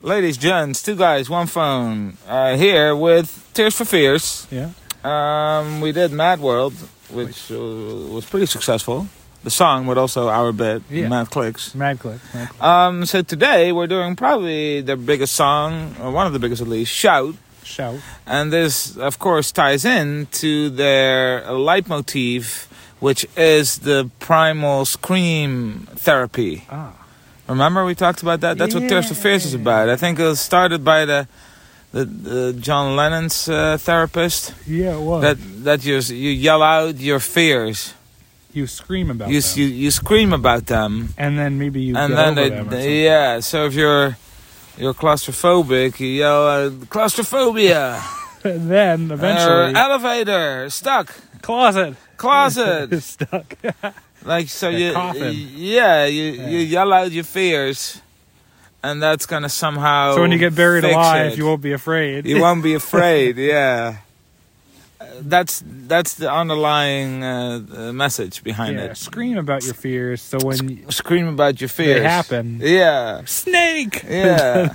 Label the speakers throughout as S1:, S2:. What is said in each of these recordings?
S1: Ladies, gents, two guys, one phone. Uh, here with Tears for Fears.
S2: Yeah.
S1: Um, we did Mad World, which uh, was pretty successful. The song, but also our bit,
S2: Yeah.
S1: Mad Clicks.
S2: Mad click. Mad click.
S1: Um, so today we're doing probably their biggest song, or one of the biggest at least, Shout.
S2: Shout.
S1: And this, of course, ties in to their leitmotif, which is the primal scream therapy.
S2: Ah.
S1: Remember we talked about that? That's what Thirst for Fears is
S2: Yeah.
S1: about. I think it was started by the the, the John Lennon's uh, therapist
S2: Yeah, it was.
S1: that that you you yell out your fears.
S2: you scream about
S1: You,
S2: them.
S1: you you scream about them
S2: and then maybe you
S1: and
S2: get
S1: then
S2: over
S1: they,
S2: them or
S1: they-
S2: something.
S1: yeah, so if you're you're claustrophobic, you yell out claustrophobia.
S2: And then
S1: Or
S2: eventually
S1: elevator, stuck,
S2: closet
S1: closet.
S2: is stuck.
S1: like so
S2: A
S1: you
S2: coffin.
S1: yeah, you you
S2: Yeah.
S1: yell out your fears and that's going to somehow
S2: so when you get buried
S1: fix
S2: alive,
S1: it.
S2: you won't be afraid.
S1: you won't be afraid. Yeah, Uh, that's that's the underlying uh, uh, message behind
S2: yeah.
S1: it.
S2: Scream about your fears. So when
S1: Scream about your fears.
S2: they happen,
S1: Yeah,
S2: snake.
S1: yeah.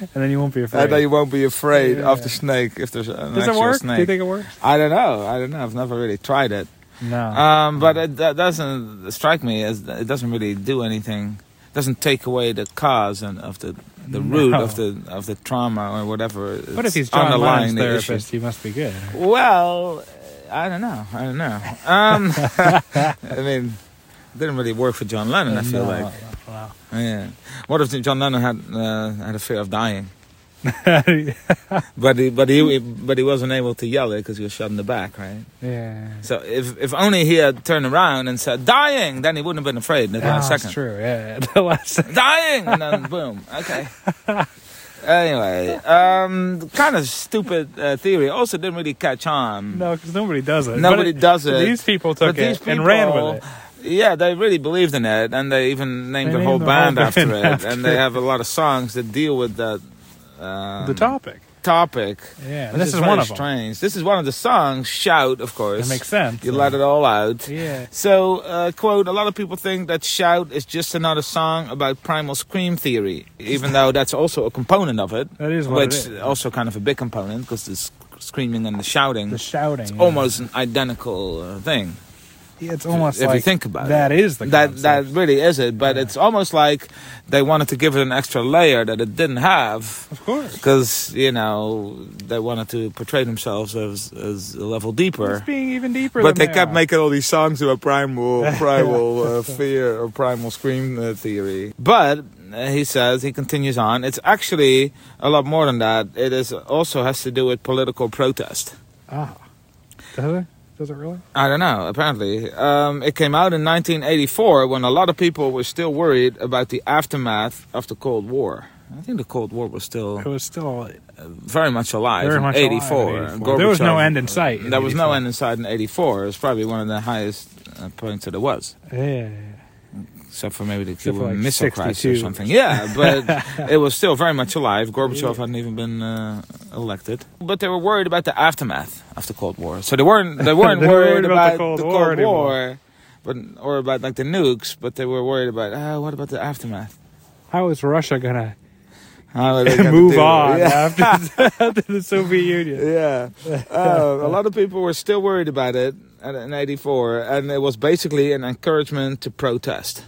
S2: and then you won't be
S1: I
S2: afraid.
S1: know you won't be afraid of the
S2: Yeah.
S1: snake if there's an
S2: Does it
S1: actual
S2: work? Do you
S1: snake.
S2: think it works? Uh,
S1: I don't know. I don't know. I've never really tried it.
S2: No.
S1: Um, but it, that doesn't strike me as it doesn't really do anything. Doesn't take away the cause and of the the root
S2: Mm, No.
S1: of the of the trauma or whatever.
S2: what
S1: is
S2: if he's John
S1: underlying
S2: Lennon's
S1: the issue.
S2: therapist? He must be good.
S1: Well, uh, I don't know. I don't know. Um, I mean, it didn't really work for John Lennon. I feel
S2: No,
S1: like,
S2: wow.
S1: yeah. What if John Lennon had uh, had a fear of dying? But he, but
S2: Hmm.
S1: he, but he wasn't able to yell it because he was shot in the back, right?
S2: yeah.
S1: So if if only he had turned around and said "dying," then he wouldn't have been afraid in the
S2: Ah,
S1: last
S2: that's
S1: second.
S2: true. Yeah, the last second.
S1: dying and then boom okay anyway um kind of stupid uh, theory also didn't really catch on
S2: No, because nobody does it.
S1: Nobody
S2: But
S1: does it.
S2: These people
S1: But
S2: took it
S1: these
S2: and ran
S1: people-
S2: with it.
S1: yeah they really believed in it and they even named
S2: They
S1: their whole
S2: named their whole
S1: band after
S2: band
S1: it
S2: after
S1: and they
S2: it.
S1: have a lot of songs that deal with that um,
S2: the topic.
S1: topic
S2: Yeah,
S1: which
S2: this is
S1: very
S2: one of them.
S1: strange this is one of the songs shout of course
S2: It makes sense.
S1: you let it all out
S2: Yeah.
S1: So, uh, quote, a lot of people think that Shout is just another song about primal scream theory, even though that's also a component of it,
S2: That is what it
S1: which
S2: is.
S1: also kind of a big component because the sc- screaming and the shouting,
S2: the shouting. yeah.
S1: almost an identical uh, thing.
S2: Yeah, It's almost
S1: if you
S2: like
S1: think about
S2: that is the
S1: That,
S2: concept.
S1: that really is it, but
S2: Yeah.
S1: it's almost like they wanted to give it an extra layer that it didn't have.
S2: of course.
S1: Because you know they wanted to portray themselves as as a level deeper,
S2: It's being even deeper.
S1: but
S2: than
S1: they kept
S2: are.
S1: making all these songs about primal, primal uh, fear or primal scream uh, theory. But uh, he says he continues on. It's actually a lot more than that. It is also has to do with political protest.
S2: Ah, does it? Does it really?
S1: I don't know. Apparently, um, it came out in 1984 when a lot of people were still worried about the aftermath of the Cold War. I think the Cold War was still
S2: It was still
S1: very much alive
S2: very
S1: in
S2: much alive in
S1: 84.
S2: 84. There was
S1: uh,
S2: no
S1: Gorbachev-
S2: end in sight. in
S1: There was no
S2: 84.
S1: end in sight in 84. It was probably one of the highest uh, points that it was.
S2: Yeah, yeah,
S1: except for maybe the
S2: Except for,
S1: Cuban
S2: like,
S1: Missile Crisis or
S2: 62.
S1: something. Yeah, but it was still very much alive. Gorbachev hadn't even been uh, elected, but they were worried about the aftermath of the Cold War. So they weren't they weren't
S2: They were
S1: worried,
S2: worried
S1: about, the Cold, War,
S2: anymore.
S1: but or about like the nukes, but they were worried about ah, what about the aftermath?
S2: How is Russia gonna
S1: How are they gonna
S2: move
S1: do it?
S2: on
S1: Yeah.
S2: after, after the Soviet Union?
S1: Yeah, uh, a lot of people were still worried about it at- in '84, and it was basically an encouragement to protest.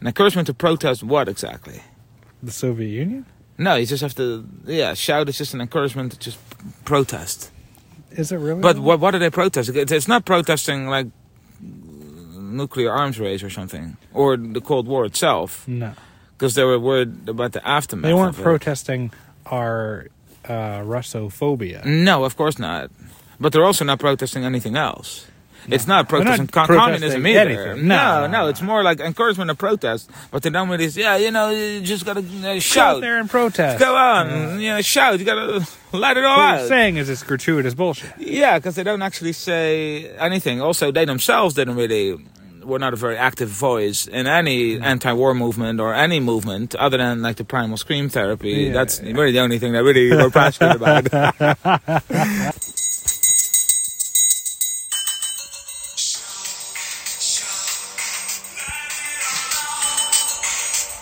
S1: An encouragement to protest what exactly?
S2: The Soviet Union?
S1: No, you just have to. Yeah, shout is just an encouragement to just protest.
S2: Mm-hmm. Is it really?
S1: But what, what are they protesting? It's- It's not protesting like nuclear arms race or something, or the Cold War itself,
S2: No,
S1: because they were worried about the aftermath.
S2: they weren't
S1: of it.
S2: protesting our uh, Russophobia.
S1: No, of course not. But they're also not protesting anything else. It's not
S2: They're not
S1: protesting co-
S2: protesting
S1: communism either.
S2: anything. No,
S1: no,
S2: no, no.
S1: It's more like encouragement to protest. But they don't really. say, Yeah, you know, you just gotta uh,
S2: Go out
S1: shout.
S2: there Mm-hmm. and protest.
S1: Go on, you know, shout. You gotta let it all
S2: What
S1: out.
S2: you're saying is it's gratuitous bullshit.
S1: Yeah, because they don't actually say anything. Also, they themselves didn't really were not a very active voice in any
S2: Mm.
S1: anti-war movement or any movement other than like the primal scream therapy.
S2: Yeah,
S1: That's really the only thing they really were passionate about.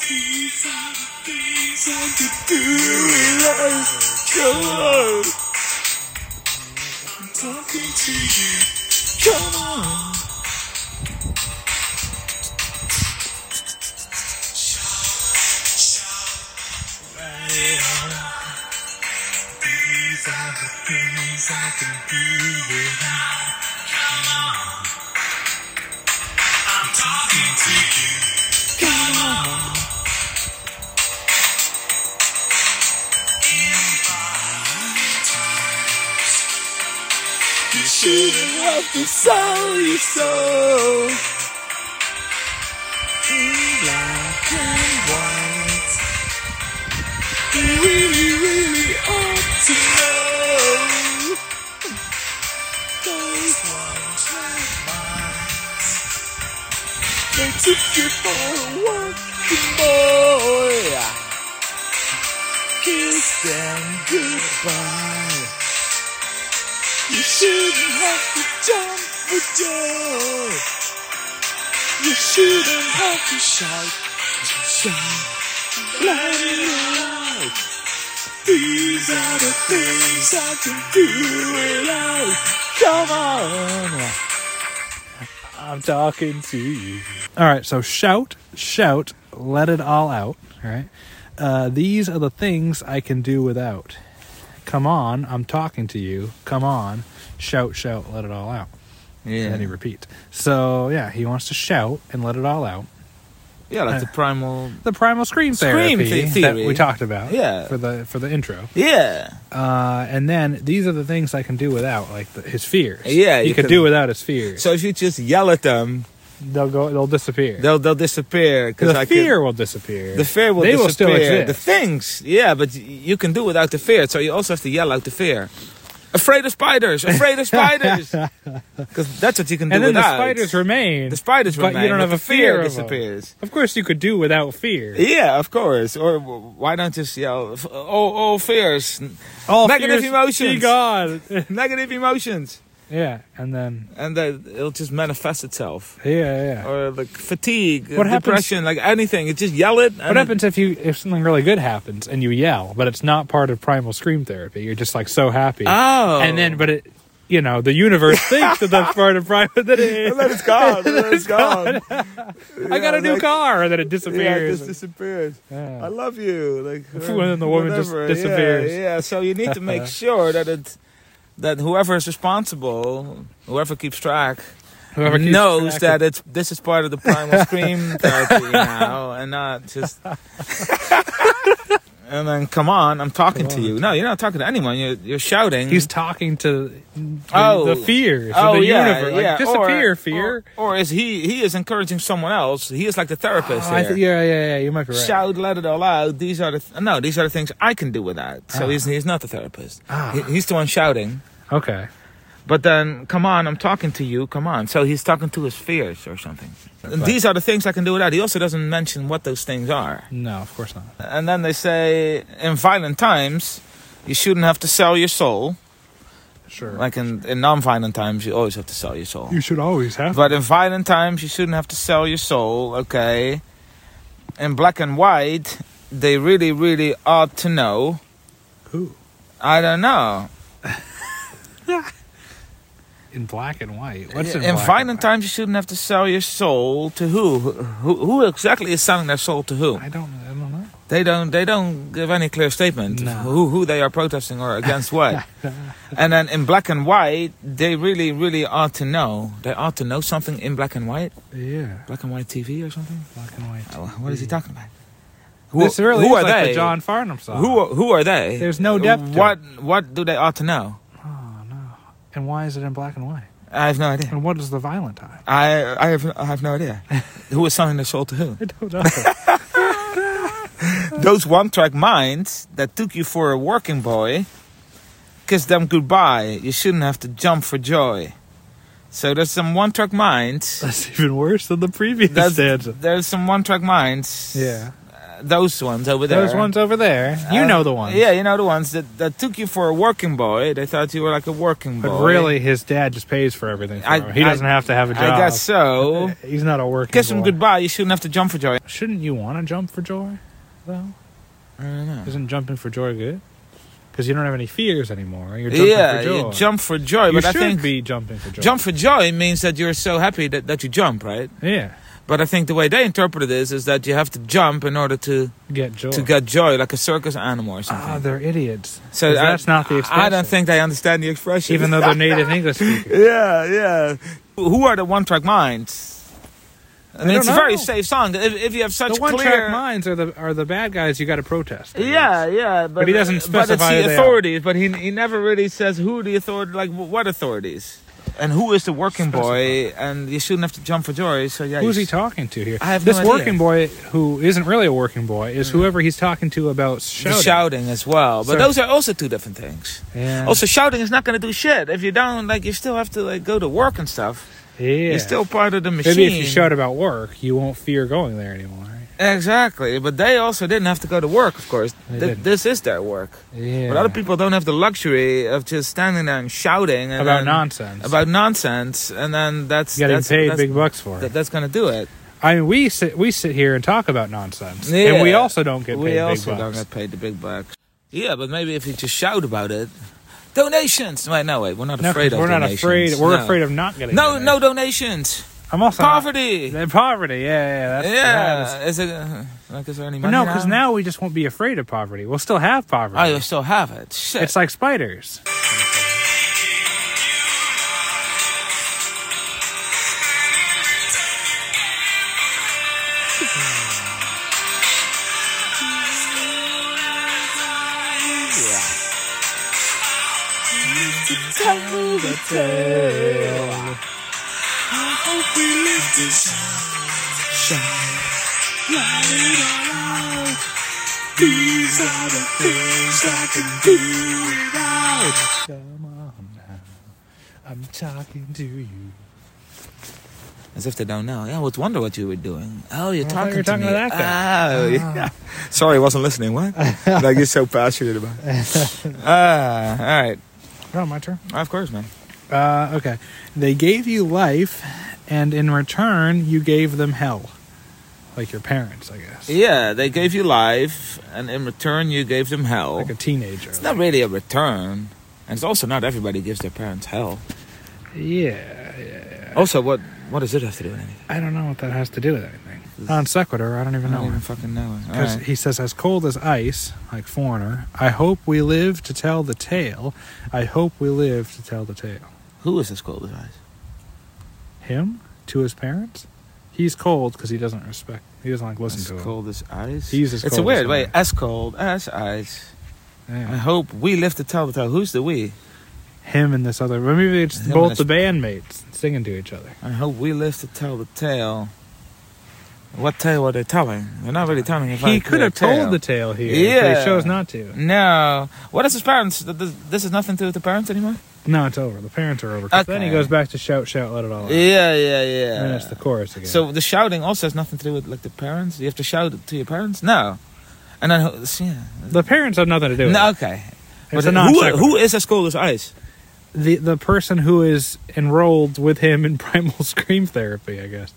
S3: These are things I could
S1: Hello. I'm talking to you. Come on. These are the things I can do without. I'm talking to you. Come on. You shouldn't have to sell your soul. In black and white. You really, really ought to know. Those one-track minds. They took you for a working boy. Kiss them goodbye. You shouldn't have to jump for joy. You shouldn't have to shout, shout, let it out. These are the things I can do without. Come on.
S2: I'm talking to you. All right, so shout, shout, let it all out. All right. Uh, these are the things I can do without. Come on, I'm talking to you. Come on, shout, shout, let it all out. And then he
S1: Yeah,
S2: repeats. So, yeah, he wants to shout and let it all out.
S1: yeah, like the
S2: Uh.
S1: primal.
S2: The primal screen,
S1: Scream
S2: therapy
S1: the-
S2: that
S1: theory.
S2: we talked about
S1: Yeah.
S2: for the for the intro.
S1: Yeah,
S2: Uh, and then these are the things I can do without, like the, his fears.
S1: Yeah,
S2: you,
S1: you
S2: could
S1: can-
S2: do without his fears.
S1: so if you just yell at them,
S2: they'll go. They'll disappear.
S1: they'll they'll disappear. Because
S2: the
S1: I
S2: fear
S1: can,
S2: will disappear.
S1: The fear will
S2: they
S1: disappear.
S2: will still exist.
S1: The things, yeah, but y- you can do without the fear. So you also have to yell out the fear. Afraid of spiders! Afraid of spiders! Because that's what you can do
S2: and then
S1: without.
S2: the spiders remain.
S1: The spiders
S2: but you
S1: remain,
S2: don't have
S1: the
S2: a fear of 'em.
S1: disappears.
S2: of course, you could do without fear.
S1: Yeah, of course. Or w- why don't just yell? f- All, all fears, n-
S2: All
S1: Negative
S2: fears Be
S1: emotions.
S2: gone.
S1: negative emotions,
S2: yeah, and then
S1: and then it'll just manifest itself.
S2: yeah, yeah.
S1: Or like fatigue,
S2: What happens-
S1: depression, like anything. You just yell it. And
S2: what happens if you if something really good happens and you yell, but it's not part of primal scream therapy? You're just like so happy.
S1: Oh,
S2: And then, but it, you know, the universe thinks that that's part of primal. That it,
S1: and then it's gone. and then it's gone.
S2: I got a new
S1: like-
S2: car, and then
S1: Yeah,
S2: it
S1: it
S2: disappears.
S1: just disappears.
S2: Yeah.
S1: I love you. Like
S2: And then the woman just
S1: whatever.
S2: disappears.
S1: Yeah, yeah. So you need to make sure that it that whoever is responsible, whoever keeps track,
S2: Whoever keeps
S1: knows
S2: track
S1: that
S2: of-
S1: it's this is part of the primal scream therapy now, and not just. and then come on, I'm talking to
S2: Come on.
S1: you. No, you're not talking to anyone. You're you're shouting.
S2: he's talking to the,
S1: Oh.
S2: the fears of the universe. Like, disappear,
S1: or,
S2: fear.
S1: Or, or is he? He is encouraging someone else. He is like the therapist.
S2: Oh, I
S1: here.
S2: thi- yeah, yeah, yeah. You might be right.
S1: shout, let it all out. These are the th- no, these are the things I can do with that. So
S2: Ah.
S1: he's he's not the therapist.
S2: Ah.
S1: He, he's the one shouting.
S2: Okay.
S1: But then, come on, I'm talking to you. Come on. So he's talking to his fears or something. And these are the things I can do with that. He also doesn't mention what those things are.
S2: No, of course not.
S1: And then they say, in violent times, you shouldn't have to sell your soul.
S2: Sure.
S1: Like in, in non-violent times, you always have to sell your soul.
S2: you should always have.
S1: But in violent times, you shouldn't have to sell your soul, okay? In black and white, they really, really ought to know.
S2: Who?
S1: I don't know.
S2: In black and white. What's in,
S1: in
S2: black
S1: violent
S2: and
S1: times, you shouldn't have to sell your soul to who? Who, who exactly is selling their soul to who?
S2: white? I don't. I don't know.
S1: They don't. They don't give any clear statement of
S2: No.
S1: who who they are protesting or against what. and then in black and white, they really, really ought to know. They ought to know something in black and white,
S2: Yeah,
S1: black and white TV or something.
S2: black and white.
S1: Oh, What is he talking about? Who,
S2: This really
S1: who are
S2: is like
S1: they?
S2: the John Farnham song.
S1: Who are- who are they?
S2: There's no depth to
S1: What what do they ought to know?
S2: Oh no. And why is it in black and white?
S1: I have no idea.
S2: And what is the violent time?
S1: I I have I have no idea. who is selling their soul to who?
S2: I don't know.
S1: Those one-track minds that took you for a working boy, kiss them goodbye. You shouldn't have to jump for joy. So there's some one-track minds.
S2: That's even worse than the previous
S1: That's-
S2: stanza.
S1: There's some one-track minds.
S2: Yeah,
S1: Uh, Those ones over there.
S2: those ones over there. You
S1: Uh,
S2: know the ones.
S1: Yeah, you know the ones that, that took you for a working boy. They thought you were like a working boy.
S2: But really, his dad just pays for everything. For
S1: I-
S2: him. He
S1: I-
S2: doesn't have to have a job.
S1: I guess so.
S2: He's not a working.
S1: Kiss him
S2: boy.
S1: goodbye. You shouldn't have to jump for joy.
S2: Shouldn't you want to jump for joy, though?
S1: I don't know.
S2: Isn't jumping for joy good? Because you don't have any fears anymore. You're jumping
S1: Yeah,
S2: for joy.
S1: you jump for joy,
S2: You
S1: but I
S2: should
S1: think
S2: be jumping for joy.
S1: jump for joy means that you're so happy that, that you jump, right?
S2: Yeah.
S1: But I think the way they interpret this is that you have to jump in order to,
S2: Get joy.
S1: to get joy, like a circus animal or
S2: ah,
S1: something.
S2: they're idiots.
S1: so
S2: 'Cause
S1: I-
S2: that's not the expression.
S1: I don't think they understand the expression.
S2: Even though they're native English speakers.
S1: yeah, yeah. Who are the one track minds? I mean,
S2: don't
S1: it's a very
S2: know.
S1: safe song. If, if you have such
S2: The one
S1: clear,
S2: track minds are the are the bad guys you gotta protest. against.
S1: Yeah, yeah, but,
S2: But he doesn't
S1: But it's
S2: specify who
S1: the
S2: they are.
S1: authorities. But he he never really says who the authority, like wh- what authorities, and who is the working boy. And you shouldn't have to jump for joy. So yeah,
S2: Who's
S1: you
S2: he
S1: s-
S2: talking to here?
S1: I have
S2: this
S1: no idea. Mm-hmm.
S2: working boy who isn't really a working boy is whoever he's talking to about shouting.
S1: the shouting as well. But
S2: Sorry.
S1: those are also two different things.
S2: Yeah.
S1: Also, shouting is not going to do shit if you don't like. You still have to like go to work and stuff.
S2: yeah.
S1: You're still part of the machine.
S2: Maybe if you shout about work, you won't fear going there anymore.
S1: Exactly, but they also didn't have to go to work. Of course,
S2: They
S1: Th-
S2: didn't.
S1: this is their work.
S2: Yeah.
S1: But other people don't have the luxury of just standing there and shouting and
S2: about
S1: then-
S2: nonsense.
S1: about nonsense, and then that's
S2: getting
S1: that's,
S2: paid
S1: that's,
S2: big bucks for it.
S1: that- that's gonna do it.
S2: I mean, we sit we sit here and talk about nonsense,
S1: Yeah.
S2: and we also don't get paid
S1: we
S2: big
S1: also
S2: bucks.
S1: don't get paid the big bucks. Yeah, but maybe if you just shout about it, donations. Wait, no, wait, we're not
S2: No, 'cause
S1: afraid of
S2: we're not
S1: donations.
S2: afraid. We're
S1: No.
S2: afraid of not getting.
S1: No,
S2: paid.
S1: no donations.
S2: I'm also not-
S1: Poverty.
S2: Yeah, poverty. Yeah, yeah. That's, that is-
S1: yeah, is it uh, like is there any
S2: But
S1: money?
S2: no, because now we just won't be afraid of poverty. We'll still have poverty.
S1: I still have it. Oh, Shit.
S2: it's like spiders. Come on now, I'm talking to you.
S1: As if they don't know. Yeah, I would wonder what you were doing. Oh, you're
S2: I thought
S1: talking
S2: you were
S1: to
S2: talking
S1: me.
S2: to that guy. Uh-huh.
S1: Oh, yeah. Sorry, I wasn't listening. What? like you're so passionate about. it. Ah, all right.
S2: Oh, my turn.
S1: Of course, man.
S2: Uh, okay. They gave you life, and in return, you gave them hell. Like your parents, I guess.
S1: Yeah, they gave you life, and in return, you gave them hell.
S2: Like a teenager.
S1: it's not really a return, and it's also not everybody gives their parents hell.
S2: yeah, yeah.
S1: Also, what what does it have to do with anything?
S2: I don't know what that has to do with anything. On sequitur, I don't
S1: I
S2: even
S1: don't
S2: know.
S1: even fucking know. All
S2: Because
S1: right.
S2: he says, as cold as ice, like foreigner, I hope we live to tell the tale. I hope we live to tell the tale.
S1: Who is this cold as ice?
S2: Him? To his parents? He's cold because he doesn't respect, he doesn't like listen
S1: As
S2: to
S1: cold as ice.
S2: He's as
S1: it's a
S2: cold as
S1: weird way.
S2: ice.
S1: As cold as ice.
S2: him. Yeah.
S1: I hope we live to tell the tale. Who's the we?
S2: Him and this other, well, maybe it's
S1: Him and
S2: both
S1: his-
S2: the bandmates singing to each other.
S1: I hope we live to tell the tale. What tale were they telling? They're not really telling. If
S2: He could have told the tale here, but
S1: Yeah.
S2: he chose not to.
S1: No. What is his parents? Th- th- This is nothing to do with the parents anymore.
S2: No, it's over. The parents are over. 'Cause Then he
S1: Okay.
S2: goes back to shout, shout, let it all out.
S1: Yeah, yeah,
S2: And
S1: yeah.
S2: then it's the chorus again.
S1: So the shouting also has nothing to do with like the parents. You have to shout it to your parents. No. And then who- yeah.
S2: the parents have nothing to do with
S1: No,
S2: it.
S1: okay. But
S2: It's a
S1: who,
S2: non-sequitur.
S1: who is as cold as ice?
S2: the the person who is enrolled with him in primal scream therapy, I guess.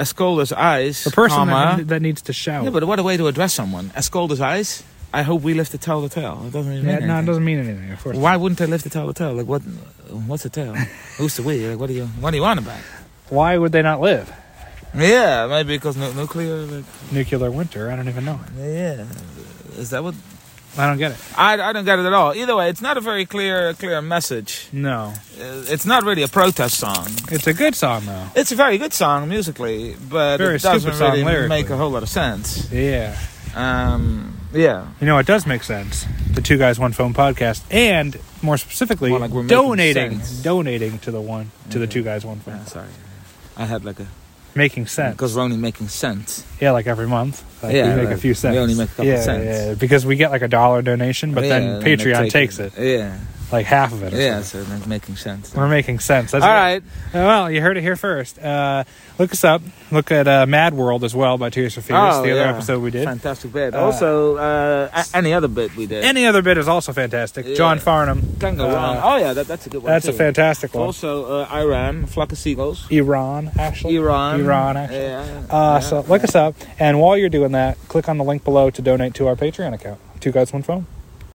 S1: As cold as ice.
S2: The person
S1: comma.
S2: that, that needs to shout.
S1: Yeah, but what a way to address someone. As cold as ice. I hope we live to tell the tale. It doesn't even mean
S2: Yeah, no, it
S1: anything.
S2: doesn't mean anything. Of course.
S1: Why wouldn't they live to tell the tale? Like what? What's the tale? Who's the we? Like what do you? What do you want about?
S2: Why would they not live?
S1: Yeah, maybe because nu- nuclear. Like,
S2: Nuclear winter. I don't even know.
S1: yeah, is that what?
S2: I don't get it.
S1: I, I don't get it at all. Either way, it's not a very clear clear message.
S2: No,
S1: Uh, It's not really a protest song.
S2: it's a good song though.
S1: It's a very good song musically, but
S2: Very
S1: it doesn't
S2: stupid song
S1: really
S2: lyrically.
S1: make a whole lot of sense.
S2: Yeah.
S1: Um, yeah,
S2: You know, it does make sense. The two guys, one phone podcast, and more specifically,
S1: Well, like, we're making
S2: donating,
S1: sense.
S2: donating to the one to the
S1: Okay.
S2: two guys, one phone,
S1: Yeah, sorry. I had like a
S2: making Ah, sense.
S1: because we're only making sense.
S2: Yeah, like every month. Like
S1: Yeah,
S2: we make
S1: like,
S2: a few
S1: we
S2: cents.
S1: only make a couple
S2: yeah,
S1: cents.
S2: Yeah, because we get like a dollar donation, but
S1: Yeah,
S2: then
S1: they
S2: Patreon
S1: take
S2: takes it.
S1: Yeah,
S2: like half of it. Or
S1: yeah.
S2: something.
S1: So it's making sense.
S2: We're making sense. That's
S1: All
S2: it.
S1: right.
S2: Uh, Well, you heard it here first. Uh, look us up. Look at uh, Mad World as well by Tears for Fears,
S1: Oh,
S2: the other
S1: yeah.
S2: episode we did.
S1: Fantastic bit.
S2: Uh,
S1: also, uh, a- any other bit we did.
S2: Any other bit is also fantastic.
S1: Yeah.
S2: John Farnham.
S1: Can go
S2: Uh,
S1: wrong. Oh yeah, that, that's a good one.
S2: That's a
S1: too.
S2: fantastic one.
S1: Also, uh, Iran, flock of seagulls.
S2: Iran, actually.
S1: Iran.
S2: Iran, actually.
S1: Yeah.
S2: Uh,
S1: yeah.
S2: So look us up. And while you're doing that, click on the link below to donate to our Patreon account. Two guys, one phone.